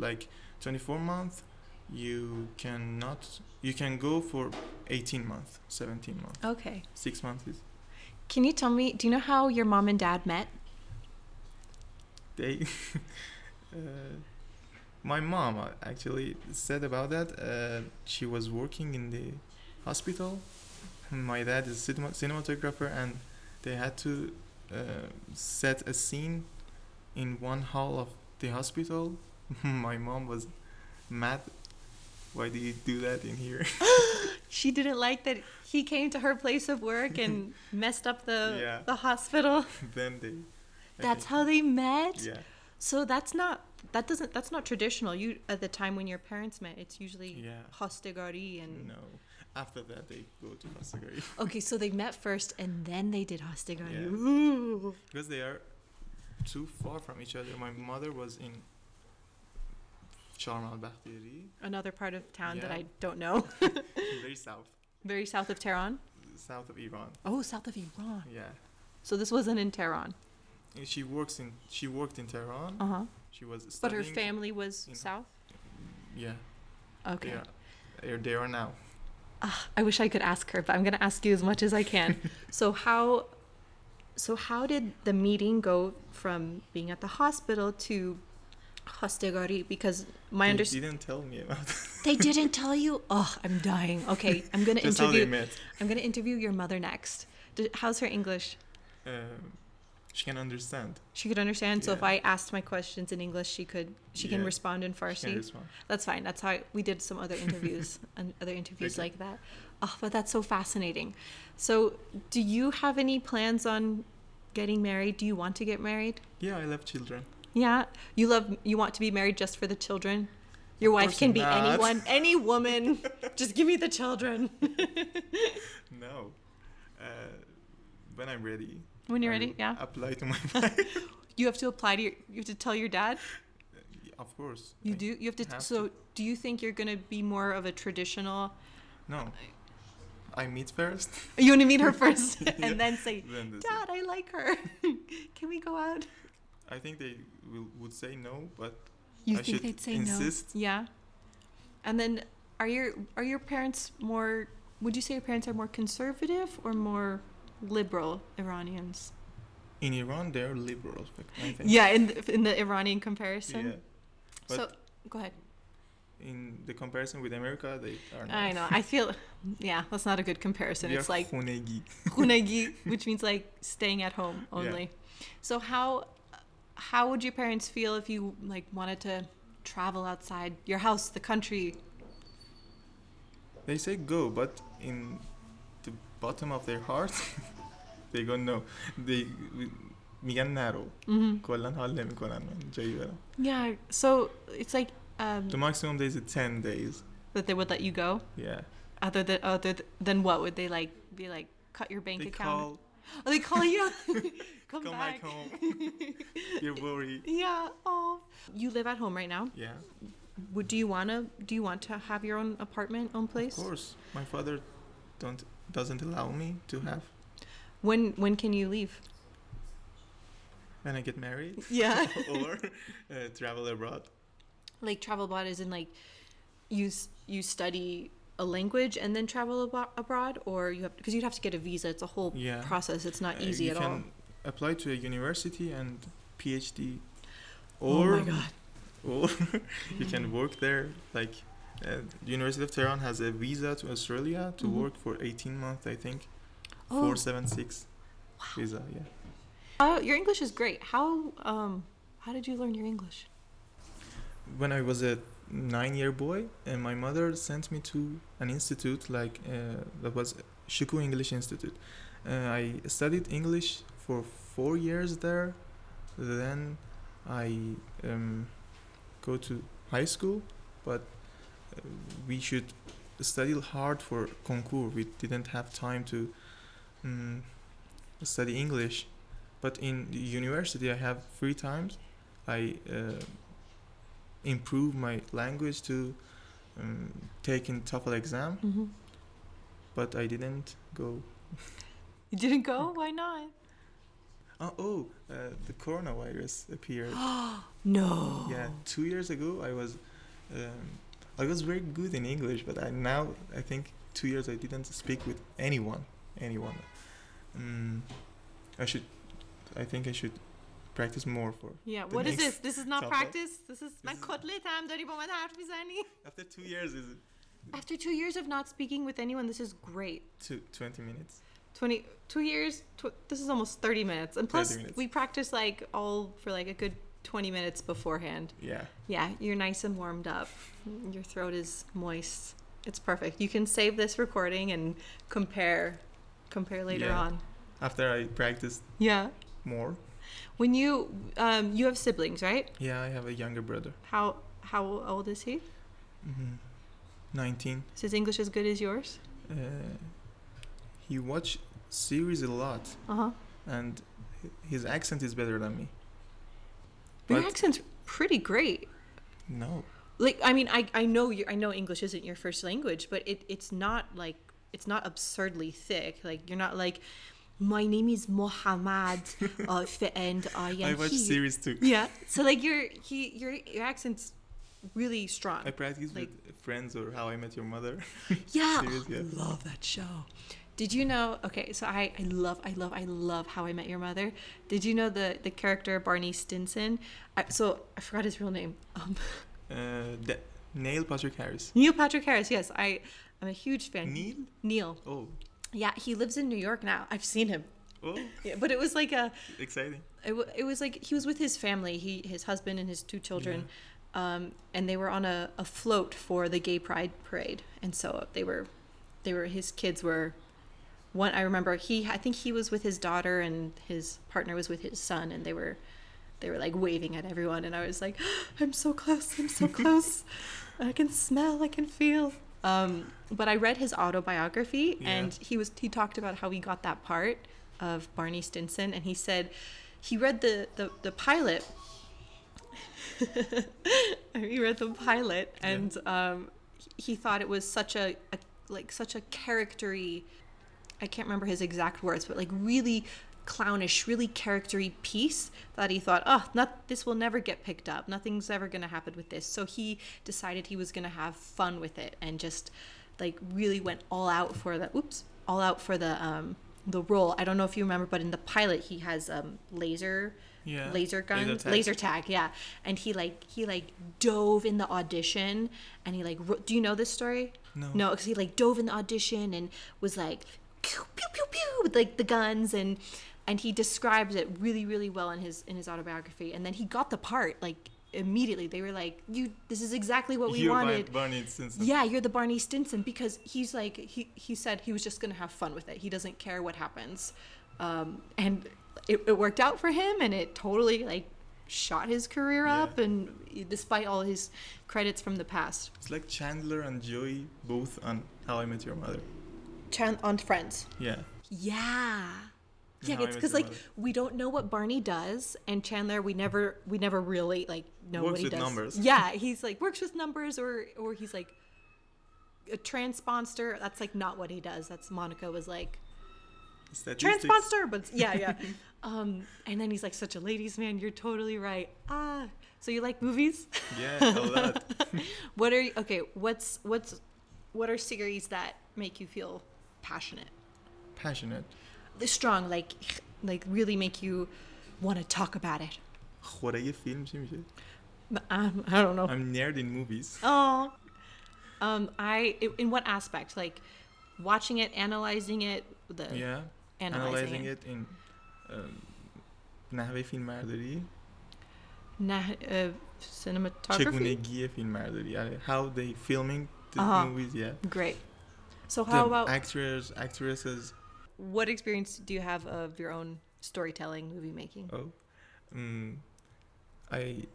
[SPEAKER 2] like 24 months you cannot you can go for 18 months 17 months
[SPEAKER 1] okay.
[SPEAKER 2] six months is
[SPEAKER 1] Can you tell me? Do you know how your mom and dad met?
[SPEAKER 2] they (laughs) uh, my mom uh, actually said about that uh, she was working in the hospital my dad is cinema- cinematographer and they had to uh, set a scene in one hall of the hospital (laughs) my mom was mad why do you do that in here (laughs)
[SPEAKER 1] She didn't like that he came to her place of work
[SPEAKER 2] (laughs)
[SPEAKER 1] and messed up the
[SPEAKER 2] Yeah.
[SPEAKER 1] the hospital.
[SPEAKER 2] then they I
[SPEAKER 1] That's
[SPEAKER 2] think-
[SPEAKER 1] how they met.
[SPEAKER 2] yeah
[SPEAKER 1] So that's not that doesn't that's not traditional. You at the time when your parents met, it's usually
[SPEAKER 2] yeah
[SPEAKER 1] hostegari and
[SPEAKER 2] no after that they go to Kasagari
[SPEAKER 1] okay. So they met first and then they did hostegari.
[SPEAKER 2] Yeah.
[SPEAKER 1] Ooh.
[SPEAKER 2] because they are too far from each other. My mother was in Sharm al Bakhtiri,
[SPEAKER 1] Another part of town that
[SPEAKER 2] Yeah.
[SPEAKER 1] I don't know, (laughs)
[SPEAKER 2] very south,
[SPEAKER 1] very south of Tehran.
[SPEAKER 2] south of Iran.
[SPEAKER 1] Oh, south of Iran.
[SPEAKER 2] Yeah,
[SPEAKER 1] So this wasn't in Tehran.
[SPEAKER 2] And she works in she worked in Tehran.
[SPEAKER 1] Uh huh.
[SPEAKER 2] She was
[SPEAKER 1] But her
[SPEAKER 2] studying.
[SPEAKER 1] family was
[SPEAKER 2] in-
[SPEAKER 1] south.
[SPEAKER 2] Yeah,
[SPEAKER 1] Okay.
[SPEAKER 2] they are. They are, they are now.
[SPEAKER 1] I wish I could ask her, but I'm gonna ask you as much as I
[SPEAKER 2] (laughs)
[SPEAKER 1] can. so how, so how did the meeting go from being at the hospital to hostegari? Because my
[SPEAKER 2] They
[SPEAKER 1] understanding,
[SPEAKER 2] didn't tell me about
[SPEAKER 1] (laughs) they didn't tell you. Oh, I'm dying. Okay, I'm gonna
[SPEAKER 2] just how they
[SPEAKER 1] interview.
[SPEAKER 2] met.
[SPEAKER 1] I'm gonna interview your mother next. D- How's her English?
[SPEAKER 2] Um, she can understand.
[SPEAKER 1] She could understand. So if
[SPEAKER 2] Yeah.
[SPEAKER 1] I asked my questions in English, she could. She can
[SPEAKER 2] Yeah.
[SPEAKER 1] respond in
[SPEAKER 2] She can
[SPEAKER 1] Farsi.
[SPEAKER 2] respond.
[SPEAKER 1] That's fine. That's how I, we did some other
[SPEAKER 2] (laughs)
[SPEAKER 1] interviews and other interviews
[SPEAKER 2] Okay.
[SPEAKER 1] like that. Oh, but that's so fascinating. So, do you have any plans on getting married? Do you want to get married?
[SPEAKER 2] Yeah, I love children.
[SPEAKER 1] Yeah, you love. You want to be married just for the children. Your
[SPEAKER 2] Of
[SPEAKER 1] wife
[SPEAKER 2] course
[SPEAKER 1] can be
[SPEAKER 2] not.
[SPEAKER 1] anyone, any
[SPEAKER 2] (laughs)
[SPEAKER 1] woman. just give me the children (laughs)
[SPEAKER 2] No, uh, when I'm ready.
[SPEAKER 1] when you're
[SPEAKER 2] I
[SPEAKER 1] ready.
[SPEAKER 2] will
[SPEAKER 1] Yeah,
[SPEAKER 2] Apply to my. (laughs)
[SPEAKER 1] you have to apply to your. You have to tell your dad.
[SPEAKER 2] of course.
[SPEAKER 1] You
[SPEAKER 2] I-
[SPEAKER 1] do. You have to.
[SPEAKER 2] have
[SPEAKER 1] so, do you think you're gonna be more of a traditional?
[SPEAKER 2] No. I meet first.
[SPEAKER 1] You want to meet her first
[SPEAKER 2] (laughs) Yeah.
[SPEAKER 1] and then say,
[SPEAKER 2] Then this.
[SPEAKER 1] "Dad, I like her. (laughs) can we go out?"
[SPEAKER 2] I think they will, would say no, but
[SPEAKER 1] You
[SPEAKER 2] I
[SPEAKER 1] think
[SPEAKER 2] should
[SPEAKER 1] they'd say
[SPEAKER 2] insist.
[SPEAKER 1] no? Yeah. And then, are your are your parents more? Would you say your parents are more conservative or more liberal Iranians?
[SPEAKER 2] in Iran they're liberal. I think.
[SPEAKER 1] Yeah, in the, in the Iranian comparison.
[SPEAKER 2] Yeah. But
[SPEAKER 1] so go ahead.
[SPEAKER 2] in the comparison with America, they are not.
[SPEAKER 1] I know.
[SPEAKER 2] (laughs)
[SPEAKER 1] I feel, yeah, that's not a good comparison.
[SPEAKER 2] We
[SPEAKER 1] It's
[SPEAKER 2] are
[SPEAKER 1] like
[SPEAKER 2] khunegi.
[SPEAKER 1] kunegi, which means like staying at home
[SPEAKER 2] Yeah.
[SPEAKER 1] only. So how how would your parents feel if you like wanted to travel outside your house, the country?
[SPEAKER 2] They say go, but in the bottom of their heart, (laughs) they go no. They میگن نرو
[SPEAKER 1] Mm-hmm.
[SPEAKER 2] کلا حال نمیکنن من جایی برم
[SPEAKER 1] Yeah. So it's like um,
[SPEAKER 2] the maximum days is 10 days
[SPEAKER 1] that they would let you go.
[SPEAKER 2] yeah
[SPEAKER 1] Other than other th- than what would they like be like? Cut your bank
[SPEAKER 2] they
[SPEAKER 1] account.
[SPEAKER 2] call
[SPEAKER 1] Oh, they call
[SPEAKER 2] (laughs)
[SPEAKER 1] you. (laughs) Come,
[SPEAKER 2] come
[SPEAKER 1] back.
[SPEAKER 2] back home you're worried
[SPEAKER 1] (laughs) Yeah. Oh. You live at home right now.
[SPEAKER 2] yeah
[SPEAKER 1] Would do you wanna do you want to have your own apartment, own
[SPEAKER 2] of
[SPEAKER 1] place?
[SPEAKER 2] course my father don't doesn't allow me to have
[SPEAKER 1] When when can you leave?
[SPEAKER 2] when I
[SPEAKER 1] (laughs)
[SPEAKER 2] get married (laughs)
[SPEAKER 1] Yeah.
[SPEAKER 2] or uh, travel abroad
[SPEAKER 1] like travel abroad is in like you s- you study a language and then travel abo- abroad or you have because you'd have to get a visa it's a whole
[SPEAKER 2] Yeah.
[SPEAKER 1] process it's Oh, not
[SPEAKER 2] Uh,
[SPEAKER 1] easy
[SPEAKER 2] you
[SPEAKER 1] at
[SPEAKER 2] can
[SPEAKER 1] all
[SPEAKER 2] apply to a university and PhD
[SPEAKER 1] oh
[SPEAKER 2] or
[SPEAKER 1] my god
[SPEAKER 2] (laughs) or you can work there like uh, the University of Tehran has a visa to Australia to
[SPEAKER 1] Mhm.
[SPEAKER 2] work for 18 months I think
[SPEAKER 1] Oh.
[SPEAKER 2] 476 visa yeah
[SPEAKER 1] oh, your english is great how um how did you learn your english
[SPEAKER 2] when I was a nine-year boy, and my mother sent me to an institute like uh, that was Shiku English Institute. Uh, I studied English for four years there. Then I um, go to high school, but uh, we should study hard for concours. We didn't have time to um, study English. But in the university, I have free times. I uh, improve my language to um, take in TOEFL exam,
[SPEAKER 1] mm-hmm.
[SPEAKER 2] but I didn't go.
[SPEAKER 1] you didn't go why not
[SPEAKER 2] Oh, oh uh, the
[SPEAKER 1] (gasps)
[SPEAKER 2] coronavirus appeared.
[SPEAKER 1] no
[SPEAKER 2] yeah, two years ago I was, um, I was very good in English, but I now I think two years I didn't speak with anyone, anyone. Um, I should, I think I should practice more for.
[SPEAKER 1] yeah
[SPEAKER 2] The
[SPEAKER 1] what is this
[SPEAKER 2] next
[SPEAKER 1] this is not
[SPEAKER 2] topic.
[SPEAKER 1] practice this is من
[SPEAKER 2] is-
[SPEAKER 1] کتلت هم داری با من حرف میزنی
[SPEAKER 2] After two years is it
[SPEAKER 1] (laughs) after two years of not speaking with anyone this is great
[SPEAKER 2] two, 20 minutes?
[SPEAKER 1] 20 two years tw- this is almost 30 minutes and plus
[SPEAKER 2] 30 minutes.
[SPEAKER 1] we practice like all for like a good 20 minutes beforehand
[SPEAKER 2] Yeah.
[SPEAKER 1] yeah you're nice and warmed up your throat is moist it's perfect you can save this recording and compare compare later
[SPEAKER 2] Yeah.
[SPEAKER 1] on
[SPEAKER 2] After I practiced
[SPEAKER 1] yeah
[SPEAKER 2] more.
[SPEAKER 1] when you um you have siblings right
[SPEAKER 2] Yeah, I have a younger brother.
[SPEAKER 1] how how old is he
[SPEAKER 2] hmm 19.
[SPEAKER 1] is his english as good as yours
[SPEAKER 2] Uh, he watch series a lot,
[SPEAKER 1] uh-huh
[SPEAKER 2] and h- his accent is better than me.
[SPEAKER 1] But your
[SPEAKER 2] But-
[SPEAKER 1] accent's pretty great
[SPEAKER 2] No,
[SPEAKER 1] like i mean i, I know you i know english isn't your first language but it, it's not like it's not absurdly thick like you're not like my name is mohammed (laughs) uh, f- and i am
[SPEAKER 2] I watch
[SPEAKER 1] he."
[SPEAKER 2] series
[SPEAKER 1] (laughs)
[SPEAKER 2] too.
[SPEAKER 1] yeah so like your he your your accent's really strong
[SPEAKER 2] I practice
[SPEAKER 1] Like-
[SPEAKER 2] with friends or How I Met Your Mother.
[SPEAKER 1] yeah
[SPEAKER 2] series, yeah.
[SPEAKER 1] love that show did you know okay so I, I love i love i love how i met your mother did you know the the character barney stinson I, so i forgot his real name (laughs) um
[SPEAKER 2] Uh, Da- Neil Patrick Harris.
[SPEAKER 1] neil patrick harris yes i i'm a huge fan
[SPEAKER 2] Neil?
[SPEAKER 1] neil
[SPEAKER 2] Oh,
[SPEAKER 1] Yeah, he lives in New York now. I've seen him.
[SPEAKER 2] oh,
[SPEAKER 1] Yeah, but it was like a
[SPEAKER 2] exciting.
[SPEAKER 1] it, w- it was like he was with his family, he his husband and his two children. Um, and they were on a, a float for the gay pride parade. And so they were they were his kids were one I remember he I think he was with his daughter and his partner was with his son and they were they were like waving at everyone and I was like (gasps) I'm so close,
[SPEAKER 2] (laughs)
[SPEAKER 1] I'm so close. I can smell, I can feel. Um, but I read his autobiography
[SPEAKER 2] Yeah.
[SPEAKER 1] and he was he talked about how he got that part of Barney Stinson and he said he read the the, the pilot (laughs) he read the pilot
[SPEAKER 2] Yeah.
[SPEAKER 1] and um, he thought it was such a, a like such a charactery I can't remember his exact words, but like really clownish, really charactery piece that he thought, oh, not this will never get picked up. Nothing's ever gonna happen with this. So he decided he was gonna have fun with it and just like really went all out for the oops, all out for the um the role. I don't know if you remember, but in the pilot, he has um, laser
[SPEAKER 2] Yeah.
[SPEAKER 1] laser gun laser tag.
[SPEAKER 2] tag.
[SPEAKER 1] yeah and he like he like dove in the audition and he like ro- do you know this story
[SPEAKER 2] No.
[SPEAKER 1] no because he like dove in the audition and was like pew pew pew pew with like the guns and and he describes it really really well in his in his autobiography and then he got the part like immediately they were like you this is exactly what we
[SPEAKER 2] You're Bar-
[SPEAKER 1] wanted
[SPEAKER 2] Barney Stinson.
[SPEAKER 1] yeah, you're the Barney Stinson because he's like he he said he was just gonna have fun with it. He doesn't care what happens, um, and it, it worked out for him, and it totally like shot his career
[SPEAKER 2] Yeah.
[SPEAKER 1] up. And despite all his credits from the past,
[SPEAKER 2] It's like Chandler and Joey both on How I Met Your Mother.
[SPEAKER 1] Chan- on Friends,
[SPEAKER 2] Yeah.
[SPEAKER 1] yeah, yeah,
[SPEAKER 2] How I
[SPEAKER 1] it's
[SPEAKER 2] Met
[SPEAKER 1] because
[SPEAKER 2] Your
[SPEAKER 1] like
[SPEAKER 2] Mother.
[SPEAKER 1] we don't know what Barney does, and Chandler we never we never really like know what
[SPEAKER 2] Works
[SPEAKER 1] he
[SPEAKER 2] with
[SPEAKER 1] does.
[SPEAKER 2] numbers.
[SPEAKER 1] (laughs) Yeah, he's like works with numbers, or or he's like a transponster. That's like not what he does. That's Monica was like.
[SPEAKER 2] Statistics.
[SPEAKER 1] transponster, but yeah,
[SPEAKER 2] (laughs)
[SPEAKER 1] yeah. um, and then he's like, such a ladies' man. You're totally right. Ah, so you like movies? (laughs)
[SPEAKER 2] Yeah, a lot.
[SPEAKER 1] what are you, okay? What's what's what are series that make you feel passionate,
[SPEAKER 2] Passionate.
[SPEAKER 1] strong, like like really make you want to talk about it?
[SPEAKER 2] خوره فیلم چی میشه؟
[SPEAKER 1] Um, I don't know.
[SPEAKER 2] I'm nerd in movies.
[SPEAKER 1] Oh, um, I in what aspect? Like watching it, analyzing it, the
[SPEAKER 2] Yeah.
[SPEAKER 1] Oh. analyzing,
[SPEAKER 2] Analyzing
[SPEAKER 1] it.
[SPEAKER 2] it in um, نحوه فیلم مرداری
[SPEAKER 1] Nah, uh, cinematography.
[SPEAKER 2] چگونگی فیلم مرداری آره how they filming the
[SPEAKER 1] آها.
[SPEAKER 2] movies yeah
[SPEAKER 1] Great. So Uh-huh. how
[SPEAKER 2] the
[SPEAKER 1] about
[SPEAKER 2] actors actresses
[SPEAKER 1] what experience do you have of your own storytelling movie making
[SPEAKER 2] Oh, mm, I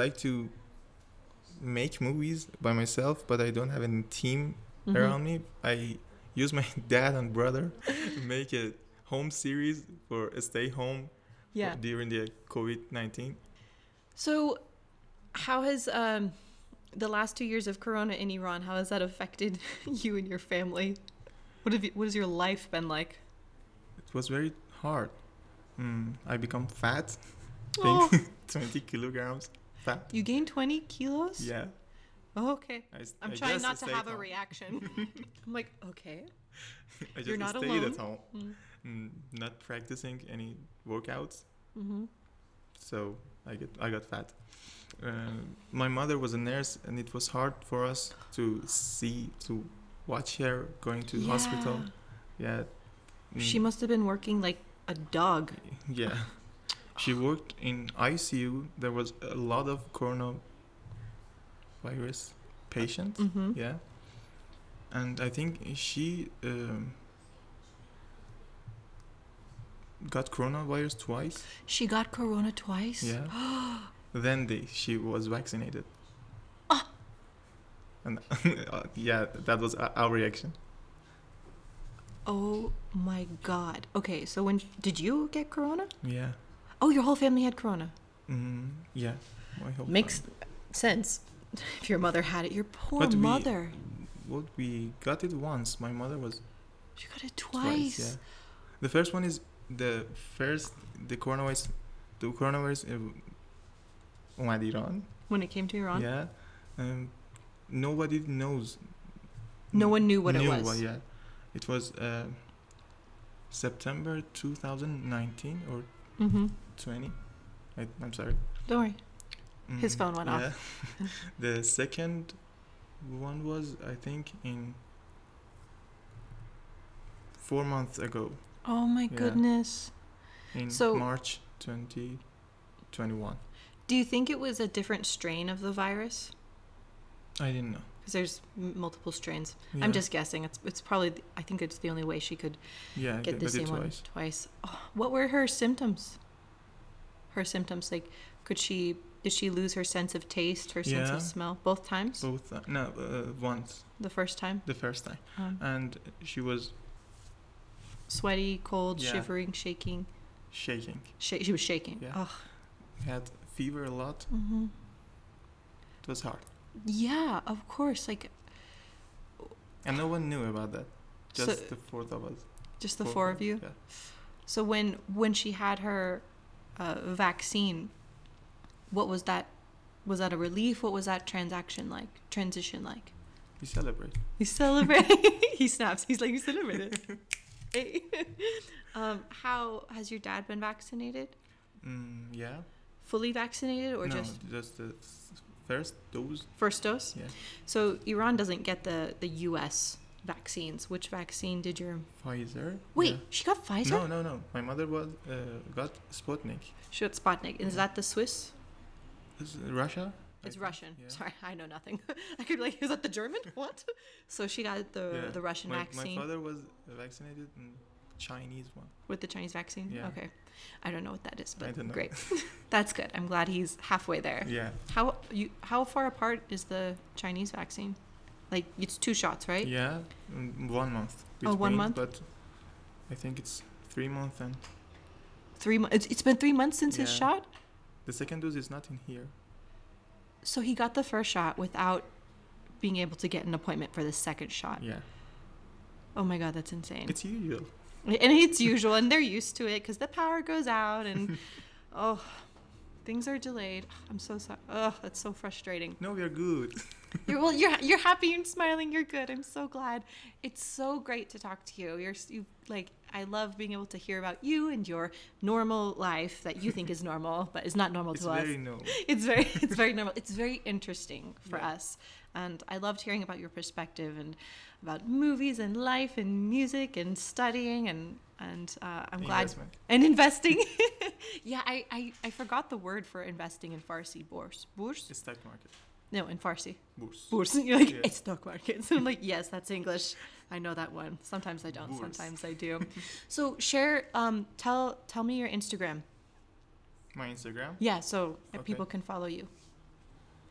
[SPEAKER 2] like to make movies by myself, but I don't have any team
[SPEAKER 1] Mhm.
[SPEAKER 2] around me. I use my (laughs) dad and brother make a home series for stay home for-
[SPEAKER 1] yeah
[SPEAKER 2] during the COVID nineteen.
[SPEAKER 1] so how has um the last two years of corona in iran how has that affected (laughs) you and your family what have you, what has your life been like
[SPEAKER 2] It was very hard. Mm, I become fat, (laughs)
[SPEAKER 1] oh
[SPEAKER 2] twenty kilograms fat.
[SPEAKER 1] you gained 20 kilos
[SPEAKER 2] Yeah,
[SPEAKER 1] oh, okay
[SPEAKER 2] I, s-
[SPEAKER 1] i'm
[SPEAKER 2] I
[SPEAKER 1] trying
[SPEAKER 2] just
[SPEAKER 1] not to
[SPEAKER 2] stayed
[SPEAKER 1] have a
[SPEAKER 2] home. (laughs)
[SPEAKER 1] reaction i'm like okay Mm-hmm.
[SPEAKER 2] I just
[SPEAKER 1] You're not
[SPEAKER 2] stayed
[SPEAKER 1] alone.
[SPEAKER 2] at home, mm, not practicing any workouts.
[SPEAKER 1] mm-hmm.
[SPEAKER 2] so I get I got fat. Um, my mother was a nurse, and it was hard for us to see to watch her going to the hospital. Yeah, Mm,
[SPEAKER 1] she must have been working like a dog
[SPEAKER 2] yeah. She worked in ICU. There was a lot of coronavirus patients.
[SPEAKER 1] mm-hmm.
[SPEAKER 2] Yeah, and I think she um, got coronavirus twice.
[SPEAKER 1] she got corona twice
[SPEAKER 2] Yeah. then they, she was vaccinated. And (laughs) uh, yeah, that was o- our reaction.
[SPEAKER 1] Oh my god. Okay, so when did you get corona?
[SPEAKER 2] Yeah.
[SPEAKER 1] Oh, your whole family had corona.
[SPEAKER 2] Mm, yeah. I hope
[SPEAKER 1] Makes sense. (laughs) If your mother had it, your poor
[SPEAKER 2] But we-
[SPEAKER 1] mother.
[SPEAKER 2] Well, we got it once. My mother was
[SPEAKER 1] She got it
[SPEAKER 2] twice.
[SPEAKER 1] twice.
[SPEAKER 2] yeah. The first one is the first the coronavirus. The coronavirus uh, اومد ایران.
[SPEAKER 1] When it came to Iran,
[SPEAKER 2] Yeah. Um, nobody knows.
[SPEAKER 1] no one knew what
[SPEAKER 2] knew
[SPEAKER 1] it was.
[SPEAKER 2] What, yeah. It was uh, September 2019 or
[SPEAKER 1] Mm-hmm.
[SPEAKER 2] 20 I, i'm sorry
[SPEAKER 1] Don't worry. His
[SPEAKER 2] Mm,
[SPEAKER 1] phone went off.
[SPEAKER 2] yeah. (laughs) the second one was i think in four months ago
[SPEAKER 1] Oh my
[SPEAKER 2] Yeah.
[SPEAKER 1] goodness.
[SPEAKER 2] in
[SPEAKER 1] So-
[SPEAKER 2] march 2021
[SPEAKER 1] Do you think it was a different strain of the virus?
[SPEAKER 2] i didn't know
[SPEAKER 1] Because there's m- multiple strains.
[SPEAKER 2] Yeah.
[SPEAKER 1] I'm just guessing. It's it's probably. th- I think it's the only way she could
[SPEAKER 2] yeah I
[SPEAKER 1] get the
[SPEAKER 2] got it
[SPEAKER 1] same one
[SPEAKER 2] twice.
[SPEAKER 1] twice. Oh, what were her symptoms? Her symptoms, like, could she did she lose her sense of taste, her sense
[SPEAKER 2] Yeah.
[SPEAKER 1] of smell, both times?
[SPEAKER 2] both uh, no uh, once
[SPEAKER 1] The first time,
[SPEAKER 2] the first time
[SPEAKER 1] um,
[SPEAKER 2] and she was
[SPEAKER 1] sweaty, cold,
[SPEAKER 2] Yeah.
[SPEAKER 1] shivering, shaking.
[SPEAKER 2] shaking
[SPEAKER 1] Sh- she was shaking.
[SPEAKER 2] Yeah.
[SPEAKER 1] Ugh.
[SPEAKER 2] had fever a lot
[SPEAKER 1] hmm
[SPEAKER 2] it was hard
[SPEAKER 1] Yeah, of course. Like
[SPEAKER 2] and no one knew about that
[SPEAKER 1] So-
[SPEAKER 2] just the fourth of us
[SPEAKER 1] just the
[SPEAKER 2] Four
[SPEAKER 1] four
[SPEAKER 2] of
[SPEAKER 1] of you.
[SPEAKER 2] us, yeah.
[SPEAKER 1] So when when she had her uh, vaccine, what was that? Was that a relief? What was that transaction like? Transition like?
[SPEAKER 2] we celebrate
[SPEAKER 1] (laughs) You celebrate. he snaps. He's like, you celebrate it. okay. um, how has your dad been vaccinated?
[SPEAKER 2] Mm, yeah.
[SPEAKER 1] Fully vaccinated or
[SPEAKER 2] no,
[SPEAKER 1] just
[SPEAKER 2] just the s- first dose.
[SPEAKER 1] first dose?
[SPEAKER 2] Yeah.
[SPEAKER 1] So Iran doesn't get the the U.S. vaccines. Which vaccine did your
[SPEAKER 2] Pfizer.
[SPEAKER 1] wait?
[SPEAKER 2] Yeah.
[SPEAKER 1] She got Pfizer.
[SPEAKER 2] No, no, no. My mother was uh, got Sputnik.
[SPEAKER 1] She got Sputnik. Is that the Swiss?
[SPEAKER 2] Is it Russia? Mm. I
[SPEAKER 1] It's
[SPEAKER 2] think.
[SPEAKER 1] Russian.
[SPEAKER 2] Yeah.
[SPEAKER 1] Sorry, I know nothing. (laughs) I could be like, is that the
[SPEAKER 2] (laughs)
[SPEAKER 1] German? What? So she got the
[SPEAKER 2] Yeah.
[SPEAKER 1] the Russian
[SPEAKER 2] my,
[SPEAKER 1] vaccine
[SPEAKER 2] My father was vaccinated in Chinese one.
[SPEAKER 1] with the Chinese vaccine.
[SPEAKER 2] Yeah.
[SPEAKER 1] Okay, I don't know what that is,
[SPEAKER 2] I
[SPEAKER 1] but
[SPEAKER 2] don't know. (laughs)
[SPEAKER 1] great. (laughs) That's good. I'm glad he's halfway there.
[SPEAKER 2] Yeah.
[SPEAKER 1] How you? How far apart is the Chinese vaccine? Like it's two shots, right?
[SPEAKER 2] Yeah. mm, One month.
[SPEAKER 1] Oh, one
[SPEAKER 2] between,
[SPEAKER 1] month?
[SPEAKER 2] But I think it's three months and
[SPEAKER 1] Three. mo- It's, it's been three months since his
[SPEAKER 2] Yeah.
[SPEAKER 1] shot.
[SPEAKER 2] the second dose is not in here.
[SPEAKER 1] So he got the first shot without being able to get an appointment for the second shot.
[SPEAKER 2] Yeah.
[SPEAKER 1] Oh my god, that's insane.
[SPEAKER 2] It's usual.
[SPEAKER 1] and it's usual and they're used to it because the power goes out and oh things are delayed i'm so sorry oh that's so frustrating
[SPEAKER 2] No, we are good.
[SPEAKER 1] you're, well you're, you're happy and smiling you're good i'm so glad it's so great to talk to you you're s- you like i love being able to hear about you and your normal life that you think is normal but is not normal
[SPEAKER 2] it's
[SPEAKER 1] to us
[SPEAKER 2] very no.
[SPEAKER 1] it's very (laughs) it's very normal it's very interesting for
[SPEAKER 2] Yeah.
[SPEAKER 1] us and i loved hearing about your perspective and about movies and life and music and studying and and uh, i'm glad
[SPEAKER 2] Investment.
[SPEAKER 1] and
[SPEAKER 2] (laughs)
[SPEAKER 1] investing (laughs) yeah I, I i forgot the word for investing in farsi bourse bourse
[SPEAKER 2] It's stock market.
[SPEAKER 1] no in farsi
[SPEAKER 2] Bourse.
[SPEAKER 1] bourse (laughs) you're like
[SPEAKER 2] Yeah.
[SPEAKER 1] it's stock markets i'm like yes that's english i know that one sometimes i don't
[SPEAKER 2] Bourse.
[SPEAKER 1] sometimes i
[SPEAKER 2] (laughs)
[SPEAKER 1] do so share um tell tell me your instagram
[SPEAKER 2] My Instagram.
[SPEAKER 1] yeah, so that
[SPEAKER 2] Okay.
[SPEAKER 1] people can follow you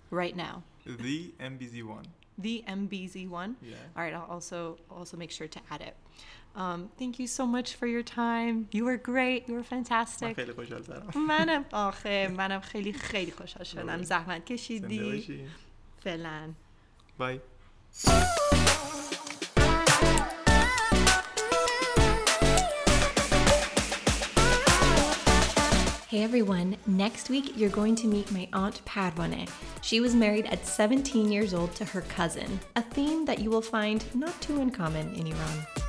[SPEAKER 1] right now.
[SPEAKER 2] The MBZ one.
[SPEAKER 1] The MBZ one.
[SPEAKER 2] Yeah.
[SPEAKER 1] All right, I'll also also make sure to add it. Um, thank you so much for your time. You were great. You were
[SPEAKER 2] من
[SPEAKER 1] fantastic.
[SPEAKER 2] خیلی خوشحال ترم
[SPEAKER 1] (laughs) منم آخه منم خیلی خیلی خوشحال شدم
[SPEAKER 2] آره.
[SPEAKER 1] زحمت
[SPEAKER 2] زنده
[SPEAKER 1] کشیدی
[SPEAKER 2] باشی
[SPEAKER 1] فعلا
[SPEAKER 2] بای
[SPEAKER 3] Hey everyone, next week you're going to meet my aunt Padwane. She was married at 17 years old to her cousin, a theme that you will find not too uncommon in Iran.